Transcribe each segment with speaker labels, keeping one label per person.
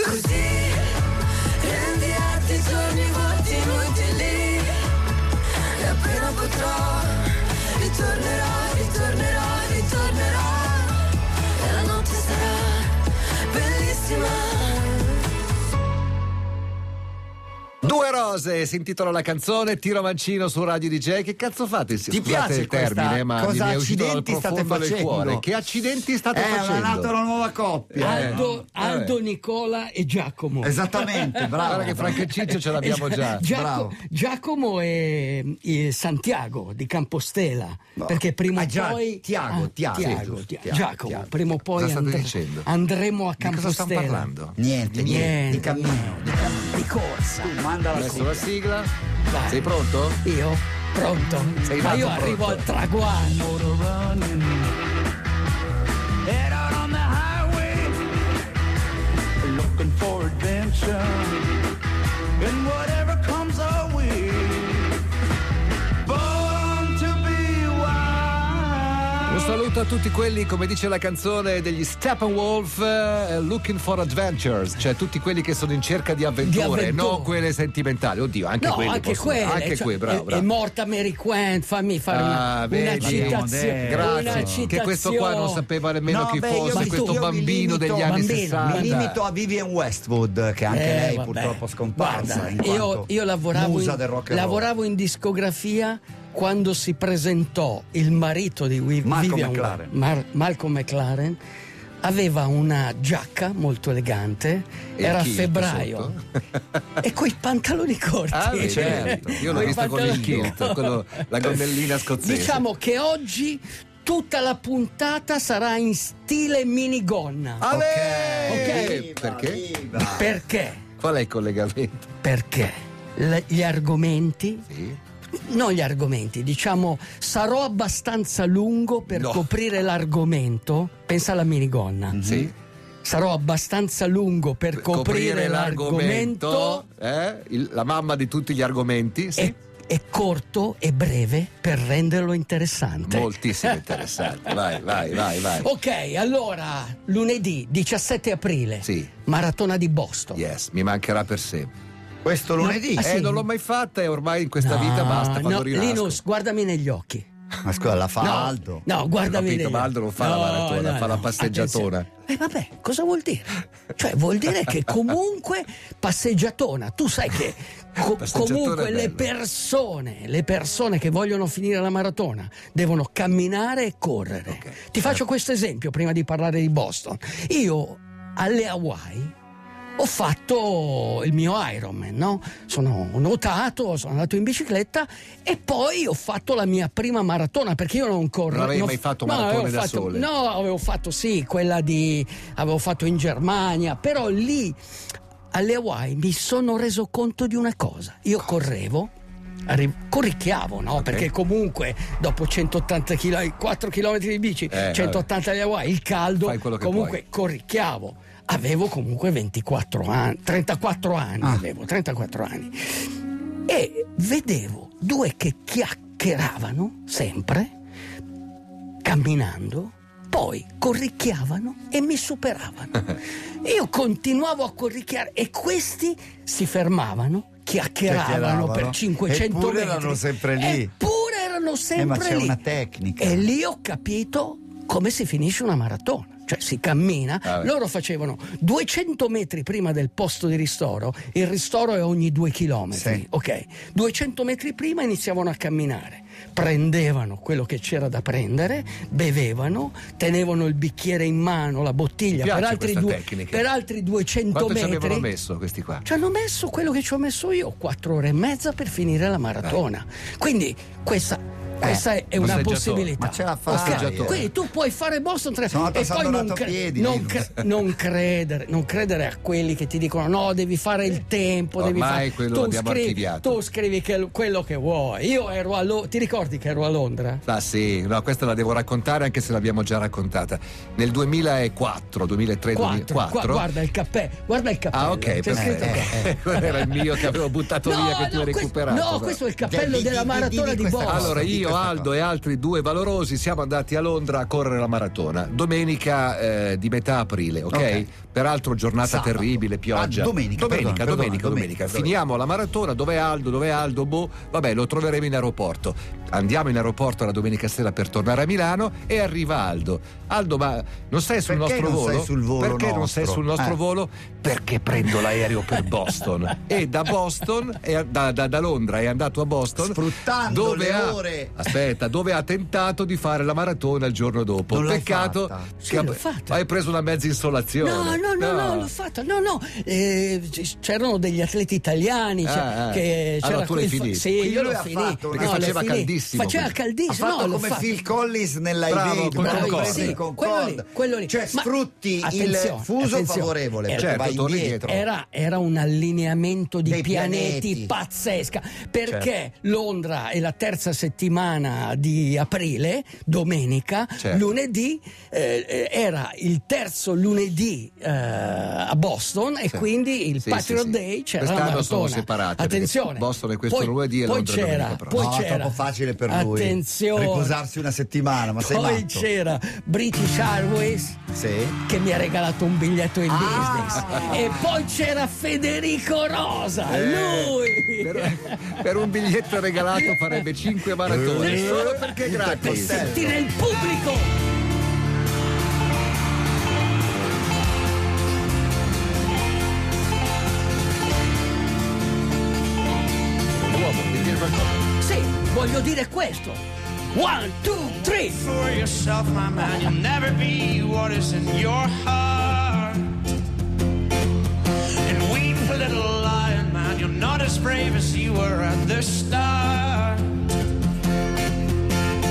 Speaker 1: così rendi atti i giorni vuoti inutili e appena potrò ritornerò, ritornerò, ritornerò e la notte sarà bellissima
Speaker 2: Due rose, si intitola la canzone, tiro a mancino su Radio DJ. Che cazzo fate? Ti
Speaker 3: piace
Speaker 2: il
Speaker 3: questa-
Speaker 2: termine, ma
Speaker 3: cosa
Speaker 2: mi è uscito dal
Speaker 3: accidenti state
Speaker 2: profondo del
Speaker 3: facendo?
Speaker 2: cuore. Che accidenti state
Speaker 3: Eh,
Speaker 2: facendo?
Speaker 3: è nata una nuova coppia. eh.
Speaker 4: Aldo, Aldo, Nicola e Giacomo. Eh,
Speaker 3: Esattamente, bravo.
Speaker 2: Guarda che Franco e Ciccio ce l'abbiamo già.
Speaker 4: Giaco-
Speaker 3: bravo.
Speaker 4: Giacomo è, è Santiago di Campostela perché prima
Speaker 3: Ah,
Speaker 4: o
Speaker 3: Gia-
Speaker 4: poi Ah,
Speaker 3: Tiago, Tiago,
Speaker 4: Tiago,
Speaker 3: sì, giusto,
Speaker 4: Tiago.
Speaker 3: Tiago,
Speaker 4: Giacomo
Speaker 3: Tiago.
Speaker 4: prima o poi
Speaker 2: Cosa state
Speaker 4: andre-
Speaker 2: dicendo?
Speaker 4: andremo a
Speaker 2: Di cosa
Speaker 4: Campostela
Speaker 2: stiamo parlando?
Speaker 3: Niente, niente,
Speaker 4: Niente.
Speaker 3: di cammino, di, cam- di corsa. Tu manda la
Speaker 2: Adesso la sigla.
Speaker 4: Vai.
Speaker 2: Sei pronto?
Speaker 4: io pronto
Speaker 2: Sei
Speaker 4: ma
Speaker 2: nato
Speaker 4: io
Speaker 2: pronto.
Speaker 4: arrivo al traguardo
Speaker 5: Head out on the highway, looking for adventure. And whatever comes our way, born to be wild.
Speaker 2: Un saluto a tutti quelli, come dice la canzone degli Steppenwolf, eh, Looking for Adventures, cioè tutti quelli che sono in cerca di avventure,
Speaker 4: Di avventure.
Speaker 2: non quelle sentimentali. Oddio, anche
Speaker 4: no
Speaker 2: quelli
Speaker 4: anche
Speaker 2: possono-
Speaker 4: quelle
Speaker 2: Anche
Speaker 4: cioè,
Speaker 2: quelle, bravo,
Speaker 4: è-
Speaker 2: bravo.
Speaker 4: è morta Mary Quant fammi fare una,
Speaker 2: Ah,
Speaker 4: una
Speaker 2: vedi?
Speaker 4: citazione una
Speaker 2: Grazie, che questo qua non
Speaker 4: citazione.
Speaker 2: sapeva nemmeno
Speaker 3: No,
Speaker 2: chi
Speaker 3: beh, io
Speaker 2: fosse,
Speaker 3: mi-
Speaker 2: questo
Speaker 3: io mi
Speaker 2: bambino
Speaker 3: limito-
Speaker 2: degli anni
Speaker 4: bambino,
Speaker 2: 60.
Speaker 3: Mi limito a Vivian Westwood, che anche
Speaker 4: Eh,
Speaker 3: lei
Speaker 4: vabbè.
Speaker 3: purtroppo scomparsa.
Speaker 4: Guarda,
Speaker 3: in
Speaker 4: io,
Speaker 3: quanto
Speaker 4: io lavoravo,
Speaker 3: musa
Speaker 4: in,
Speaker 3: del rock and roll.
Speaker 4: lavoravo in discografia quando si presentò il marito di Wi-
Speaker 3: Malcolm
Speaker 4: Vivian
Speaker 3: McLaren.
Speaker 4: Mar- Malcolm McLaren. Aveva una giacca molto elegante,
Speaker 2: E
Speaker 4: era
Speaker 2: il kilt
Speaker 4: febbraio e quei pantaloni corti.
Speaker 2: Ah, beh, certo. Io l'ho
Speaker 4: Quei
Speaker 2: visto con il
Speaker 4: pantaloni
Speaker 2: kilt,
Speaker 4: corti.
Speaker 2: quello- la gonnellina scozzese.
Speaker 4: Diciamo che oggi tutta la puntata sarà in stile minigonna.
Speaker 2: Ah,
Speaker 4: Ok.
Speaker 2: beh,
Speaker 4: Ok.
Speaker 2: Perché?
Speaker 4: Perché?
Speaker 2: Qual è il collegamento?
Speaker 4: Perché le- gli argomenti
Speaker 2: Sì.
Speaker 4: non gli argomenti, diciamo sarò abbastanza lungo per
Speaker 2: No. Mhm.
Speaker 4: coprire l'argomento. Pensa alla minigonna.
Speaker 2: Sì.
Speaker 4: Sarò abbastanza lungo per, Mhm. coprire, l'argomento, Eh.
Speaker 2: eh? Il- la mamma di tutti gli argomenti, sì.
Speaker 4: e, e corto e breve per renderlo interessante.
Speaker 2: Moltissimo interessante. Vai, vai, vai, vai.
Speaker 4: Ok, allora lunedì 17 aprile,
Speaker 2: Sì.
Speaker 4: maratona di Boston.
Speaker 2: Yes, mi mancherà per sempre.
Speaker 3: Questo lunedì.
Speaker 4: Ah, sì?
Speaker 2: eh, non l'ho mai fatta e ormai in questa
Speaker 4: No,
Speaker 2: vita basta quando
Speaker 4: no,
Speaker 2: rinasco.
Speaker 4: Linus, guardami negli occhi.
Speaker 3: Ma scusa, la fa
Speaker 4: No,
Speaker 3: Aldo.
Speaker 4: No, guardami.
Speaker 2: Ho capito,
Speaker 4: negli
Speaker 2: ma Aldo non fa la maratona, fa la passeggiatona.
Speaker 4: attenzione. Eh vabbè, cosa vuol dire? Cioè, vuol dire che comunque passeggiatona, tu sai che co-
Speaker 2: Passeggiatona
Speaker 4: comunque
Speaker 2: è
Speaker 4: le
Speaker 2: bello.
Speaker 4: persone, le persone che vogliono finire la maratona devono camminare e correre. Ti
Speaker 2: Certo.
Speaker 4: faccio questo esempio prima di parlare di Boston. Io alle Hawaii ho fatto il mio Ironman, no? Sono nuotato, sono andato in bicicletta e poi ho fatto la mia prima maratona perché io non corro.
Speaker 2: Non avevi
Speaker 4: non-
Speaker 2: mai fatto
Speaker 4: no,
Speaker 2: maratone
Speaker 4: avevo
Speaker 2: da
Speaker 4: fatto-
Speaker 2: sole?
Speaker 4: No, avevo fatto sì, quella di avevo fatto in Germania, però lì alle Hawaii mi sono reso conto di una cosa. Io correvo arri- Corricchiavo, no? Perché comunque dopo 180 km, 4 km di bici,
Speaker 2: Eh, vabbè.
Speaker 4: 180 alle Hawaii, il caldo,
Speaker 2: Fai quello che
Speaker 4: comunque
Speaker 2: puoi.
Speaker 4: corricchiavo. Avevo comunque 24 anni, 34 anni,
Speaker 3: Ah.
Speaker 4: avevo 34 anni. E vedevo due che chiacchieravano sempre, camminando, poi corricchiavano e mi superavano. Io continuavo a corricchiare e questi si fermavano, chiacchieravano
Speaker 3: Chiacchieravano.
Speaker 4: per 500
Speaker 3: Eppure
Speaker 4: metri.
Speaker 3: erano sempre lì.
Speaker 4: Eppure erano sempre
Speaker 3: Eh, ma c'è
Speaker 4: lì.
Speaker 3: una tecnica.
Speaker 4: E lì ho capito come si finisce una maratona. Cioè si cammina,
Speaker 2: Ah, beh.
Speaker 4: loro facevano 200 metri prima del posto di ristoro, il ristoro è ogni due chilometri,
Speaker 3: Sì.
Speaker 4: ok? 200 metri prima iniziavano a camminare, prendevano quello che c'era da prendere, bevevano, tenevano il bicchiere in mano, la
Speaker 2: Mi
Speaker 4: bottiglia,
Speaker 2: piace
Speaker 4: per altri,
Speaker 2: questa
Speaker 4: due,
Speaker 2: tecnica.
Speaker 4: per altri 200
Speaker 2: Quanto ci
Speaker 4: metri.
Speaker 2: avevano messo questi qua?
Speaker 4: Ci hanno messo quello che ci ho messo io, quattro ore e mezza per finire la maratona. Quindi questa, questa è una
Speaker 2: Eh, passeggiatore.
Speaker 4: possibilità.
Speaker 3: Ma ce la fai,
Speaker 4: Ok,
Speaker 3: eh.
Speaker 4: Quindi tu puoi fare Boston tre
Speaker 3: Sono
Speaker 4: e
Speaker 3: andato a San
Speaker 4: poi non,
Speaker 3: Donato a
Speaker 4: cre-
Speaker 3: piedi,
Speaker 4: non,
Speaker 3: Linus.
Speaker 4: cre- non credere, non credere a quelli che ti dicono no, devi fare il tempo, devi
Speaker 2: Ormai
Speaker 4: fare
Speaker 2: quello
Speaker 4: tu
Speaker 2: l'abbiamo
Speaker 4: scrivi,
Speaker 2: archiviato.
Speaker 4: Tu scrivi che- quello che vuoi. Io ero a Lo- ti ricordi che ero a Londra?
Speaker 2: Ah sì, no, questa la devo raccontare anche se l'abbiamo già raccontata. Nel 2004, 2003,
Speaker 4: Quattro, qua-
Speaker 2: 2004.
Speaker 4: guarda il cappello, guarda il cappello.
Speaker 2: Ah, ok,
Speaker 4: c'è
Speaker 2: perfetto.
Speaker 4: scritto-
Speaker 2: Quello era il mio che avevo buttato via che tu hai
Speaker 4: questo,
Speaker 2: recuperato.
Speaker 4: no, questo è il cappello
Speaker 3: Dai, di-
Speaker 4: della
Speaker 3: di- di-
Speaker 4: maratona
Speaker 3: di
Speaker 4: di
Speaker 3: questa
Speaker 4: Boston.
Speaker 3: cosa.
Speaker 2: Allora
Speaker 3: Di
Speaker 2: io io,
Speaker 3: questa
Speaker 2: Aldo
Speaker 3: cosa.
Speaker 2: e altri due valorosi siamo andati a Londra a correre la maratona. Domenica eh, di metà aprile, ok?
Speaker 3: Ok.
Speaker 2: Peraltro giornata
Speaker 3: Sabato.
Speaker 2: terribile, pioggia.
Speaker 3: Ah, domenica,
Speaker 2: domenica,
Speaker 3: perdono,
Speaker 2: domenica,
Speaker 3: perdono,
Speaker 2: domenica.
Speaker 3: domenica.
Speaker 2: Finiamo la maratona, dov'è Aldo? Dov'è Aldo? Boh, vabbè, lo troveremo in aeroporto. Andiamo in aeroporto la domenica sera per tornare a Milano e arriva Aldo. Aldo, ma non sei sul
Speaker 3: Perché
Speaker 2: nostro
Speaker 3: non
Speaker 2: volo?
Speaker 3: sei sul volo
Speaker 2: Perché non sei
Speaker 3: nostro?
Speaker 2: sul nostro
Speaker 3: Eh.
Speaker 2: volo? Perché prendo l'aereo per Boston. e da Boston, è- da, da- da Londra è andato a Boston.
Speaker 3: Sfruttando
Speaker 2: dove
Speaker 3: le
Speaker 2: ha-
Speaker 3: ore.
Speaker 2: Aspetta, dove ha tentato di fare la maratona il giorno dopo.
Speaker 3: Non l'hai
Speaker 2: Peccato
Speaker 3: fatta.
Speaker 2: che
Speaker 4: Sì,
Speaker 2: ha-
Speaker 4: l'ho fatta.
Speaker 2: hai preso una mezza insolazione.
Speaker 4: No, no, no, no, l'ho fatta. No, no, eh, c- c'erano degli atleti italiani. c'è-
Speaker 2: Ah, ah.
Speaker 4: che
Speaker 2: Allora
Speaker 4: c'era
Speaker 2: tu l'hai
Speaker 4: quel fa-
Speaker 2: finito.
Speaker 4: Sì,
Speaker 3: Quindi
Speaker 4: io
Speaker 3: lui
Speaker 4: l'ho
Speaker 3: ha
Speaker 4: finito.
Speaker 3: fatto una-
Speaker 2: Perché
Speaker 4: No, l'ho
Speaker 2: faceva
Speaker 4: finito.
Speaker 2: caldissimo
Speaker 4: Faceva
Speaker 2: quello.
Speaker 3: Ha
Speaker 4: caldissimo.
Speaker 3: fatto
Speaker 4: no, l'ho
Speaker 3: come
Speaker 4: fatto.
Speaker 3: Phil Collins nella
Speaker 2: Bravo,
Speaker 3: Evade,
Speaker 2: con
Speaker 3: bravo,
Speaker 2: Concorde.
Speaker 3: presi
Speaker 2: Sì,
Speaker 3: Concorde.
Speaker 4: quello lì, quello lì.
Speaker 3: Cioè
Speaker 4: Ma-
Speaker 3: sfrutti il
Speaker 4: attenzione,
Speaker 3: fuso
Speaker 4: attenzione.
Speaker 3: favorevole, perché
Speaker 2: Certo,
Speaker 3: vai
Speaker 2: torni
Speaker 3: indietro.
Speaker 4: Era, era un allineamento di
Speaker 3: Dei
Speaker 4: pianeti,
Speaker 3: pianeti.
Speaker 4: pazzesca
Speaker 2: Certo.
Speaker 4: perché Londra è la terza settimana di aprile, domenica,
Speaker 2: Certo.
Speaker 4: lunedì eh, eh, era il terzo lunedì eh, a Boston e
Speaker 2: Sì.
Speaker 4: quindi il
Speaker 2: Sì,
Speaker 4: Patriot
Speaker 2: sì, sì.
Speaker 4: Day c'era la
Speaker 2: Quest'anno sono
Speaker 4: maratona.
Speaker 2: separate, perché
Speaker 4: Attenzione.
Speaker 2: Boston è questo lunedì e
Speaker 4: poi
Speaker 2: Londra è
Speaker 4: c'era,
Speaker 2: domenica prossima.
Speaker 4: poi
Speaker 3: No,
Speaker 4: c'era.
Speaker 3: troppo facile per lui.
Speaker 4: Attenzione.
Speaker 3: Riposarsi una settimana, ma sei
Speaker 4: poi
Speaker 3: matto.
Speaker 4: c'era British Airways
Speaker 3: Sì.
Speaker 4: che mi ha regalato un biglietto in
Speaker 3: Ah.
Speaker 4: business. E poi c'era Federico Rosa, lui!
Speaker 2: Per, Eh, per un biglietto regalato farebbe 5 maratone.
Speaker 3: Eh,
Speaker 2: Solo perché è
Speaker 3: il
Speaker 2: gratis.
Speaker 3: tappostello.
Speaker 4: Sentire il pubblico!
Speaker 2: Uomo, devi dire qualcosa.
Speaker 4: Sì, voglio dire questo. One, two, three! Eh
Speaker 5: for yourself, my man. You'll never be what is in your heart. And weep, little lion man. You're not as brave as you were at the start.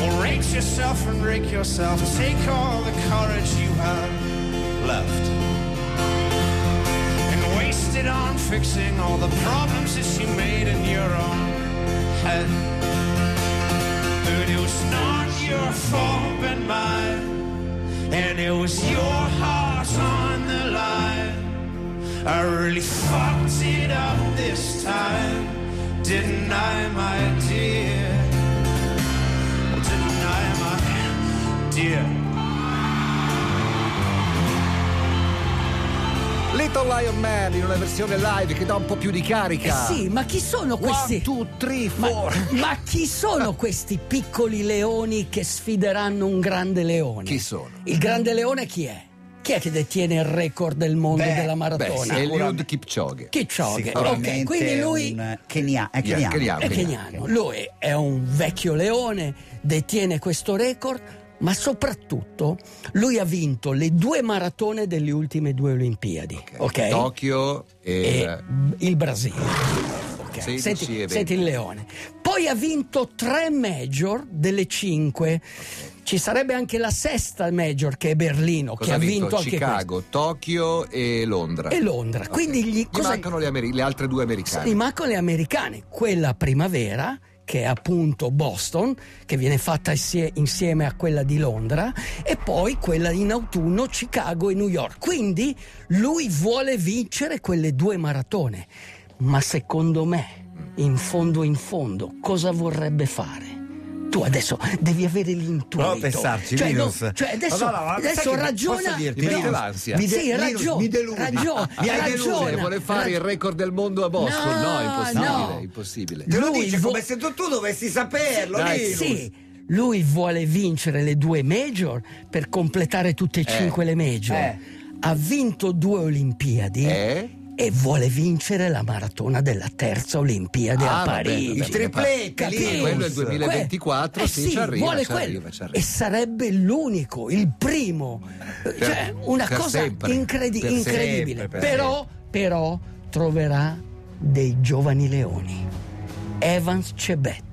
Speaker 5: Well, rake yourself and rake yourself. Take all the courage you have left. And waste it on fixing all the problems that you made in your own head. But it was not your fault but mine. And it was your heart on the line. I really fucked it up this time. Didn't I, my dear? Well, didn't I, my dear?
Speaker 2: Little Lion Man in una versione live che dà un po' più di
Speaker 4: Eh
Speaker 2: carica.
Speaker 4: sì, ma chi sono
Speaker 2: One,
Speaker 4: questi?
Speaker 2: two, three,
Speaker 4: Ma,
Speaker 2: four.
Speaker 4: ma chi sono questi piccoli leoni che sfideranno un grande leone?
Speaker 2: Chi sono?
Speaker 4: Il grande leone chi è? Chi è che detiene il record del mondo
Speaker 3: Beh,
Speaker 4: della
Speaker 2: Beh,
Speaker 4: maratona?
Speaker 2: sì, Eliud Kipchoge.
Speaker 3: Cioè,
Speaker 4: Kipchoge.
Speaker 3: Sicuramente
Speaker 4: Ok, quindi
Speaker 3: è
Speaker 4: lui
Speaker 3: un Kenia- è
Speaker 2: Yeah,
Speaker 3: keniano.
Speaker 2: keniano.
Speaker 4: è
Speaker 2: Keniano.
Speaker 4: keniano. Lui è un vecchio leone, detiene questo record, ma soprattutto lui ha vinto le due maratone delle ultime due Olimpiadi. Ok? Eh,
Speaker 2: Tokyo e...
Speaker 4: E il Brasile. Ok,
Speaker 2: 16 e
Speaker 4: Senti,
Speaker 2: 20.
Speaker 4: senti il leone. Poi ha vinto tre major delle cinque. Ci sarebbe anche la sesta major che è Berlino,
Speaker 2: Cosa
Speaker 4: che ha vinto, anche
Speaker 2: Chicago, Tokyo e Londra.
Speaker 4: questa. E Londra. Ah, Quindi gli,
Speaker 2: Gli
Speaker 4: cosa-
Speaker 2: mancano le, ameri- le altre due americane.
Speaker 4: Sì, mancano le americane, quella primavera che è appunto Boston, che viene fatta insie- insieme a quella di Londra, e poi quella in autunno Chicago e New York. Quindi lui vuole vincere quelle due maratone, ma secondo me, in fondo in fondo, cosa vorrebbe fare? Tu adesso devi avere l'intuito.
Speaker 3: Prova a pensarci,
Speaker 4: Cioè,
Speaker 3: Linus.
Speaker 4: no, cioè adesso,
Speaker 3: Madonna, ma sai
Speaker 4: adesso
Speaker 3: che
Speaker 4: ragiona.
Speaker 3: posso dirti,
Speaker 2: Mi mette
Speaker 4: no.
Speaker 2: l'ansia.
Speaker 3: Mi de-
Speaker 4: sì,
Speaker 3: Linus,
Speaker 4: ragiona,
Speaker 3: mi deludi.
Speaker 4: ragiona,
Speaker 3: Mi hai deluso.
Speaker 4: ragiona,
Speaker 2: Se vuole fare il record del mondo a Boston. No,
Speaker 4: No,
Speaker 2: impossibile,
Speaker 4: no.
Speaker 2: impossibile.
Speaker 3: Te lo
Speaker 4: Lui
Speaker 3: dice
Speaker 4: vo-
Speaker 3: come se tu, tu dovessi saperlo,
Speaker 2: Dai,
Speaker 3: Linus.
Speaker 4: Eh Sì, lui vuole vincere le due major per completare tutte e cinque le major.
Speaker 3: eh.
Speaker 4: Ha vinto due Olimpiadi
Speaker 2: Eh?
Speaker 4: e vuole vincere la maratona della terza Olimpiade
Speaker 2: Ah,
Speaker 4: a
Speaker 2: vabbè,
Speaker 4: Parigi.
Speaker 2: vabbè,
Speaker 3: Il triplete,
Speaker 4: Capito?
Speaker 3: Linus.
Speaker 2: Quello è il 2024,
Speaker 4: Eh
Speaker 2: sì,
Speaker 4: sì,
Speaker 2: ci arriva,
Speaker 4: vuole
Speaker 2: ci
Speaker 4: quello. Eh
Speaker 2: arriva, ci arriva.
Speaker 4: E sarebbe l'unico, il primo. Eh, Cioè, una
Speaker 2: per
Speaker 4: cosa
Speaker 2: sempre,
Speaker 4: incredi-
Speaker 2: per
Speaker 4: incredibile.
Speaker 3: sempre, per
Speaker 4: però, però troverà dei giovani leoni. Evans Cebet.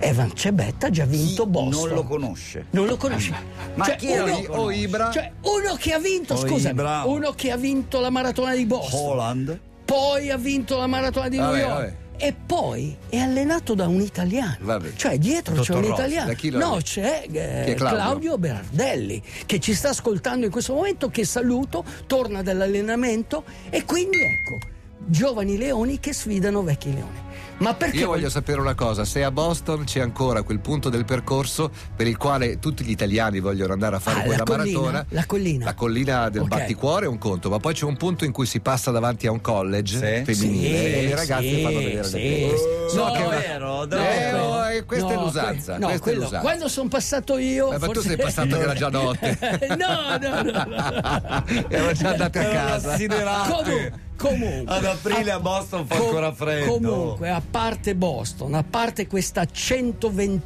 Speaker 4: Evans Cebet ha già vinto
Speaker 3: Chi
Speaker 4: Boston.
Speaker 3: Non lo conosce.
Speaker 4: Non lo conosci? Cioè,
Speaker 3: Ma chi è?
Speaker 4: uno,
Speaker 2: O Ibra?
Speaker 4: cioè, uno che ha vinto,
Speaker 3: Oh,
Speaker 4: scusami,
Speaker 3: Ibra.
Speaker 4: uno che ha vinto la maratona di Boston,
Speaker 3: Holland.
Speaker 4: poi ha vinto la maratona di
Speaker 2: Vabbè,
Speaker 4: New York.
Speaker 2: vabbè.
Speaker 4: E poi è allenato da un italiano.
Speaker 2: Vabbè.
Speaker 4: Cioè, dietro
Speaker 3: Dottor
Speaker 4: c'è un
Speaker 3: Rossi,
Speaker 4: italiano.
Speaker 2: da chi lo-
Speaker 4: No, c'è eh,
Speaker 2: è Claudio?
Speaker 4: Claudio? Berardelli che ci sta ascoltando in questo momento, che saluto, torna dall'allenamento e quindi ecco. giovani leoni che sfidano vecchi leoni. Ma perché
Speaker 2: Io voglio
Speaker 4: voglio-
Speaker 2: sapere una cosa, se a Boston c'è ancora quel punto del percorso per il quale tutti gli italiani vogliono andare a fare
Speaker 4: Ah,
Speaker 2: quella
Speaker 4: la collina,
Speaker 2: maratona,
Speaker 4: la collina.
Speaker 2: la collina del
Speaker 4: Ok.
Speaker 2: batticuore è un conto, ma poi c'è un punto in cui si passa davanti a un college
Speaker 3: Sì.
Speaker 2: femminile
Speaker 4: Sì,
Speaker 2: e i ragazzi
Speaker 4: sì,
Speaker 2: fanno vedere
Speaker 4: sì.
Speaker 2: le penne.
Speaker 4: No,
Speaker 2: che è una-
Speaker 3: vero,
Speaker 2: Eh,
Speaker 3: davvero.
Speaker 2: oh, eh, questa è
Speaker 4: No,
Speaker 2: l'usanza,
Speaker 4: que- no,
Speaker 2: questa
Speaker 4: quello-
Speaker 2: è l'usanza.
Speaker 4: Quando sono passato io.
Speaker 2: Eh, ma tu
Speaker 4: forse-
Speaker 2: sei passato che era già notte.
Speaker 4: no, no, no. no.
Speaker 2: Erano già andati a
Speaker 3: Erano
Speaker 2: casa.
Speaker 3: assiderati.
Speaker 4: Comu- comunque.
Speaker 3: Ad aprile a Boston fa
Speaker 4: Com-
Speaker 3: ancora freddo.
Speaker 4: Comunque, a parte Boston, a parte questa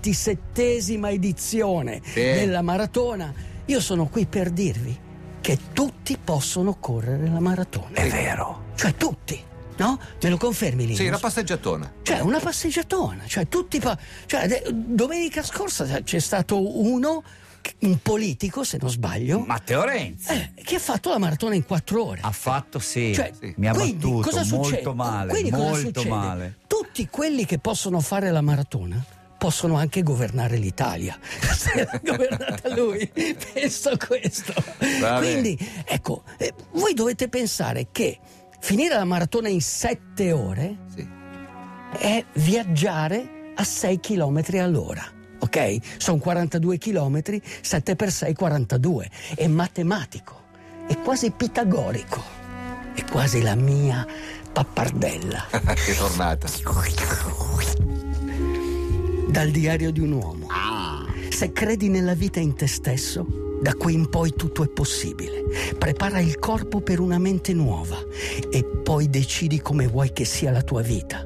Speaker 4: 127esima edizione
Speaker 2: Sì.
Speaker 4: della maratona, io sono qui per dirvi che tutti possono correre la maratona. È vero. Cioè tutti, no? Me lo confermi lì?
Speaker 2: Sì, una passeggiatona.
Speaker 4: Cioè, una passeggiatona, cioè tutti. pa- cioè, de- domenica scorsa c'è stato uno, un politico, se non sbaglio,
Speaker 3: Matteo Renzi
Speaker 4: eh, che ha fatto la maratona in quattro ore.
Speaker 3: ha fatto sì,
Speaker 4: Cioè,
Speaker 3: sì. mi ha
Speaker 4: quindi
Speaker 3: battuto
Speaker 4: cosa succede?
Speaker 3: molto male,
Speaker 4: Quindi cosa
Speaker 3: molto
Speaker 4: succede?
Speaker 3: male.
Speaker 4: Tutti quelli che possono fare la maratona possono anche governare l'Italia. Se l'ha governata lui, penso questo.
Speaker 2: Va bene.
Speaker 4: Quindi, ecco, eh, voi dovete pensare che finire la maratona in sette ore
Speaker 2: Sì.
Speaker 4: è viaggiare a 6 km all'ora. Ok? Sono 42 km, 7 per 6 42. È matematico, è quasi pitagorico, è quasi la mia pappardella.
Speaker 2: che tornata.
Speaker 4: Dal diario di un uomo. Se credi nella vita in te stesso, da qui in poi tutto è possibile. Prepara il corpo per una mente nuova e poi decidi come vuoi che sia la tua vita.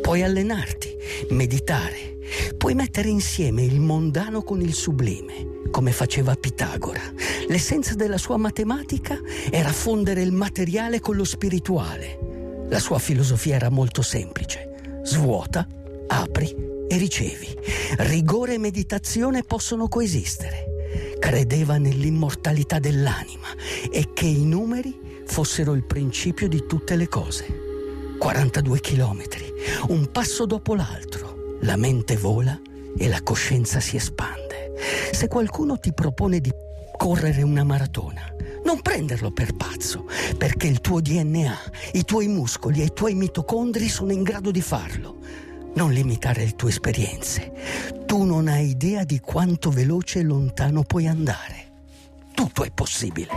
Speaker 4: Puoi allenarti, meditare, puoi mettere insieme il mondano con il sublime, come faceva Pitagora. L'essenza della sua matematica era fondere il materiale con lo spirituale. La sua filosofia era molto semplice. Svuota, apri e ricevi. Rigore e meditazione possono coesistere. Credeva nell'immortalità dell'anima e che i numeri fossero il principio di tutte le cose. 42 chilometri, un passo dopo l'altro, la mente vola e la coscienza si espande. Se qualcuno ti propone di correre una maratona, non prenderlo per pazzo, perché il tuo DNA, i tuoi muscoli e i tuoi mitocondri sono in grado di farlo. Non limitare le tue esperienze. Tu non hai idea di quanto veloce e lontano puoi andare. Tutto è possibile.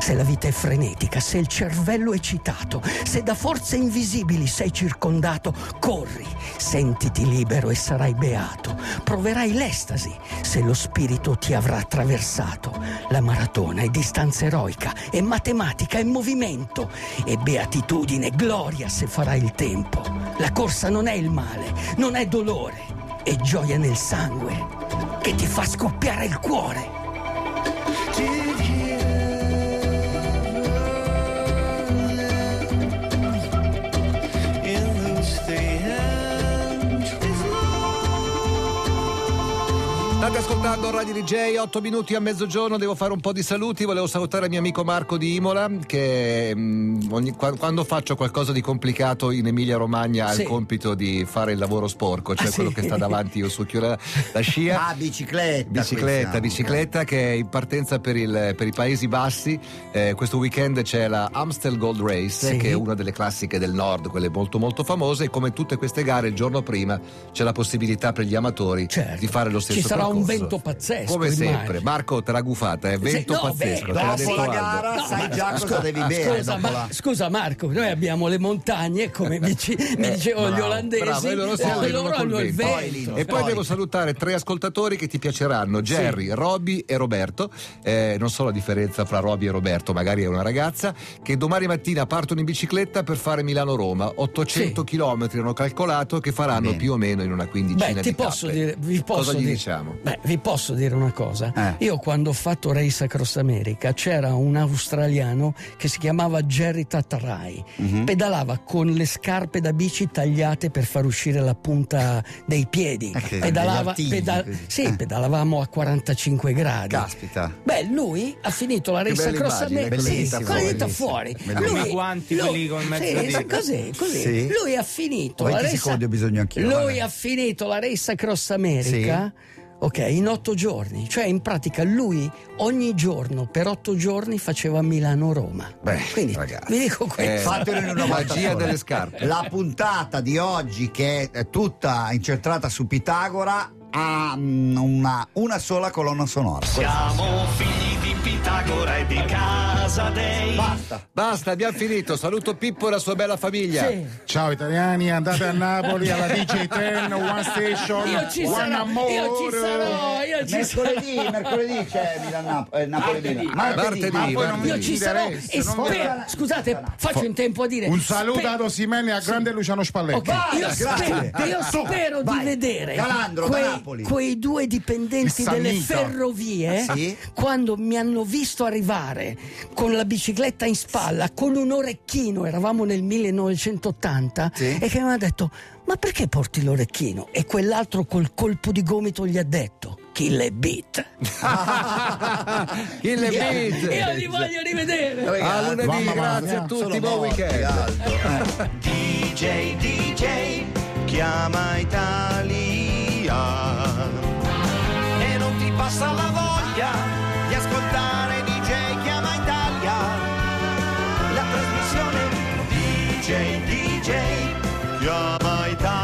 Speaker 4: Se la vita è frenetica, se il cervello è eccitato, se da forze invisibili sei circondato, corri, sentiti libero e sarai beato. Proverai l'estasi se lo spirito ti avrà attraversato. La maratona è distanza eroica, è matematica, è movimento, è beatitudine, gloria se farai il tempo. La corsa non è il male, non è dolore, è gioia nel sangue che ti fa scoppiare il cuore.
Speaker 5: in those they hand is
Speaker 2: State ascoltando Radio DJ, 8 minuti a mezzogiorno, devo fare un po' di saluti, volevo salutare il mio amico Marco di Imola che mm, ogni- qua- quando faccio qualcosa di complicato in Emilia Romagna ha
Speaker 4: Sì.
Speaker 2: il compito di fare il lavoro sporco, cioè
Speaker 4: Ah, sì.
Speaker 2: quello che sta davanti io succhio la, la scia.
Speaker 3: Ah, bicicletta.
Speaker 2: Bicicletta, bicicletta che è in partenza per, il- per i Paesi Bassi. Eh, questo weekend c'è la Amstel Gold Race,
Speaker 4: Sì.
Speaker 2: che è una delle classiche del nord, quelle molto molto famose. E come tutte queste gare, il giorno prima c'è la possibilità per gli amatori
Speaker 4: Certo.
Speaker 2: di fare lo stesso
Speaker 4: Ci sarà un
Speaker 2: percorso.
Speaker 4: vento pazzesco.
Speaker 2: Come
Speaker 4: immagino.
Speaker 2: sempre, Marco, te l'ha gufata, è vento
Speaker 4: no,
Speaker 2: pazzesco. te
Speaker 4: beh,
Speaker 2: l'ha
Speaker 3: dopo
Speaker 2: detto
Speaker 3: la
Speaker 2: Aldo.
Speaker 3: gara sai già cosa devi bere.
Speaker 4: Ah, Scusa,
Speaker 3: dopo
Speaker 4: ma-
Speaker 3: la-
Speaker 4: scusa Marco, noi abbiamo le montagne, come mi, ci- mi dicevano gli
Speaker 2: Eh, bravo,
Speaker 4: olandesi,
Speaker 2: bravo, e loro si
Speaker 4: e
Speaker 2: allenano
Speaker 4: loro
Speaker 2: col
Speaker 4: hanno il
Speaker 2: vento.
Speaker 3: Poi lì,
Speaker 4: vento.
Speaker 2: E poi
Speaker 3: Poi.
Speaker 2: devo salutare tre ascoltatori che ti piaceranno: Jerry, Roby e Roberto. Eh, non so la differenza fra Roby e Roberto, magari è una ragazza. Che domani mattina partono in bicicletta per fare Milano-Roma. 800
Speaker 4: Sì.
Speaker 2: km hanno calcolato che faranno
Speaker 3: Bene.
Speaker 2: più o meno in una quindicina
Speaker 4: Beh,
Speaker 2: di
Speaker 4: ti posso
Speaker 2: tappe.
Speaker 4: dire, vi posso
Speaker 2: Cosa gli
Speaker 4: dire-
Speaker 2: diciamo?
Speaker 4: Beh, vi posso dire una cosa.
Speaker 3: Eh.
Speaker 4: Io quando ho fatto Race Across America c'era un australiano che si chiamava Jerry Tatarai.
Speaker 2: Mhm.
Speaker 4: Pedalava con le scarpe da bici tagliate per far uscire la punta dei piedi.
Speaker 3: Eh, che- degli
Speaker 4: Pedalava,
Speaker 3: artigli,
Speaker 4: pedal-
Speaker 3: così.
Speaker 4: sì,
Speaker 3: Eh.
Speaker 4: pedalavamo a 45 gradi.
Speaker 3: Caspita.
Speaker 4: Beh, lui ha finito la Race
Speaker 2: bella
Speaker 4: Across
Speaker 2: immagine,
Speaker 4: America
Speaker 3: con le
Speaker 4: sì,
Speaker 3: dita
Speaker 4: con le dita
Speaker 3: fuori.
Speaker 4: fuori.
Speaker 3: Bellissimo.
Speaker 4: Lui-
Speaker 3: Come
Speaker 6: i guanti,
Speaker 4: lui-
Speaker 6: quelli con mezzo
Speaker 4: sì,
Speaker 6: dito.
Speaker 4: Così, così.
Speaker 3: Sì.
Speaker 4: Lui ha finito la
Speaker 3: 20
Speaker 4: Race
Speaker 3: secondi ho bisogno anch'io,
Speaker 4: Lui
Speaker 3: vabbè.
Speaker 4: ha finito la Race Across America. ok, in otto giorni. Cioè, in pratica, lui ogni giorno, per otto giorni, faceva Milano-Roma.
Speaker 2: Beh,
Speaker 4: Quindi,
Speaker 2: ragazzi,
Speaker 4: vi dico questo.
Speaker 2: eh,
Speaker 3: Fatelo in una
Speaker 2: magia
Speaker 3: volta
Speaker 2: delle
Speaker 3: sola.
Speaker 2: scarpe.
Speaker 3: La puntata di oggi, che è tutta incentrata su Pitagora, ha mm, una, una sola colonna sonora.
Speaker 5: Siamo figli di Pitagora e di Casa Dei.
Speaker 3: Basta.
Speaker 2: Basta, abbiamo finito. Saluto Pippo e la sua bella famiglia.
Speaker 4: Sì.
Speaker 7: Ciao italiani, andate a Napoli alla DJ Ten, One Station,
Speaker 4: Io ci
Speaker 7: One
Speaker 4: sarò,
Speaker 7: Amore.
Speaker 4: io ci sarò, io ci sarò.
Speaker 3: Mercoledì, mercoledì c'è Milan eh, Napoli.
Speaker 2: Martedì,
Speaker 7: Ma poi non
Speaker 2: martedì.
Speaker 7: mi
Speaker 4: Io ci sarò e
Speaker 7: uccidereste, non mi-
Speaker 4: spero. Scusate, faccio in tempo a dire.
Speaker 7: Un saluto
Speaker 4: spero-
Speaker 7: ad Osimene e a grande Luciano Spalletti.
Speaker 4: Ok, io
Speaker 3: grazie.
Speaker 4: spero, io spero di
Speaker 3: vai.
Speaker 4: vedere
Speaker 3: Calandro, da
Speaker 4: quei,
Speaker 3: Napoli.
Speaker 4: quei due dipendenti
Speaker 7: Il
Speaker 4: delle
Speaker 7: Samito.
Speaker 4: ferrovie
Speaker 3: Ah, Sì?
Speaker 4: quando mi hanno visto arrivare con la bicicletta in spalla, con un orecchino, eravamo nel 1980,
Speaker 3: Sì.
Speaker 4: e che mi hanno detto ma perché porti l'orecchino? E quell'altro col colpo di gomito gli ha detto kill a beat.
Speaker 2: Il beat.
Speaker 4: Io li voglio rivedere.
Speaker 2: A lunedì,
Speaker 7: Mamma mia.
Speaker 2: grazie a tutti, buon weekend.
Speaker 5: DJ, DJ, chiama Italia. E non ti passa la voglia di ascoltare DJ, chiama Italia. La trasmissione DJ, DJ, chiama Italia.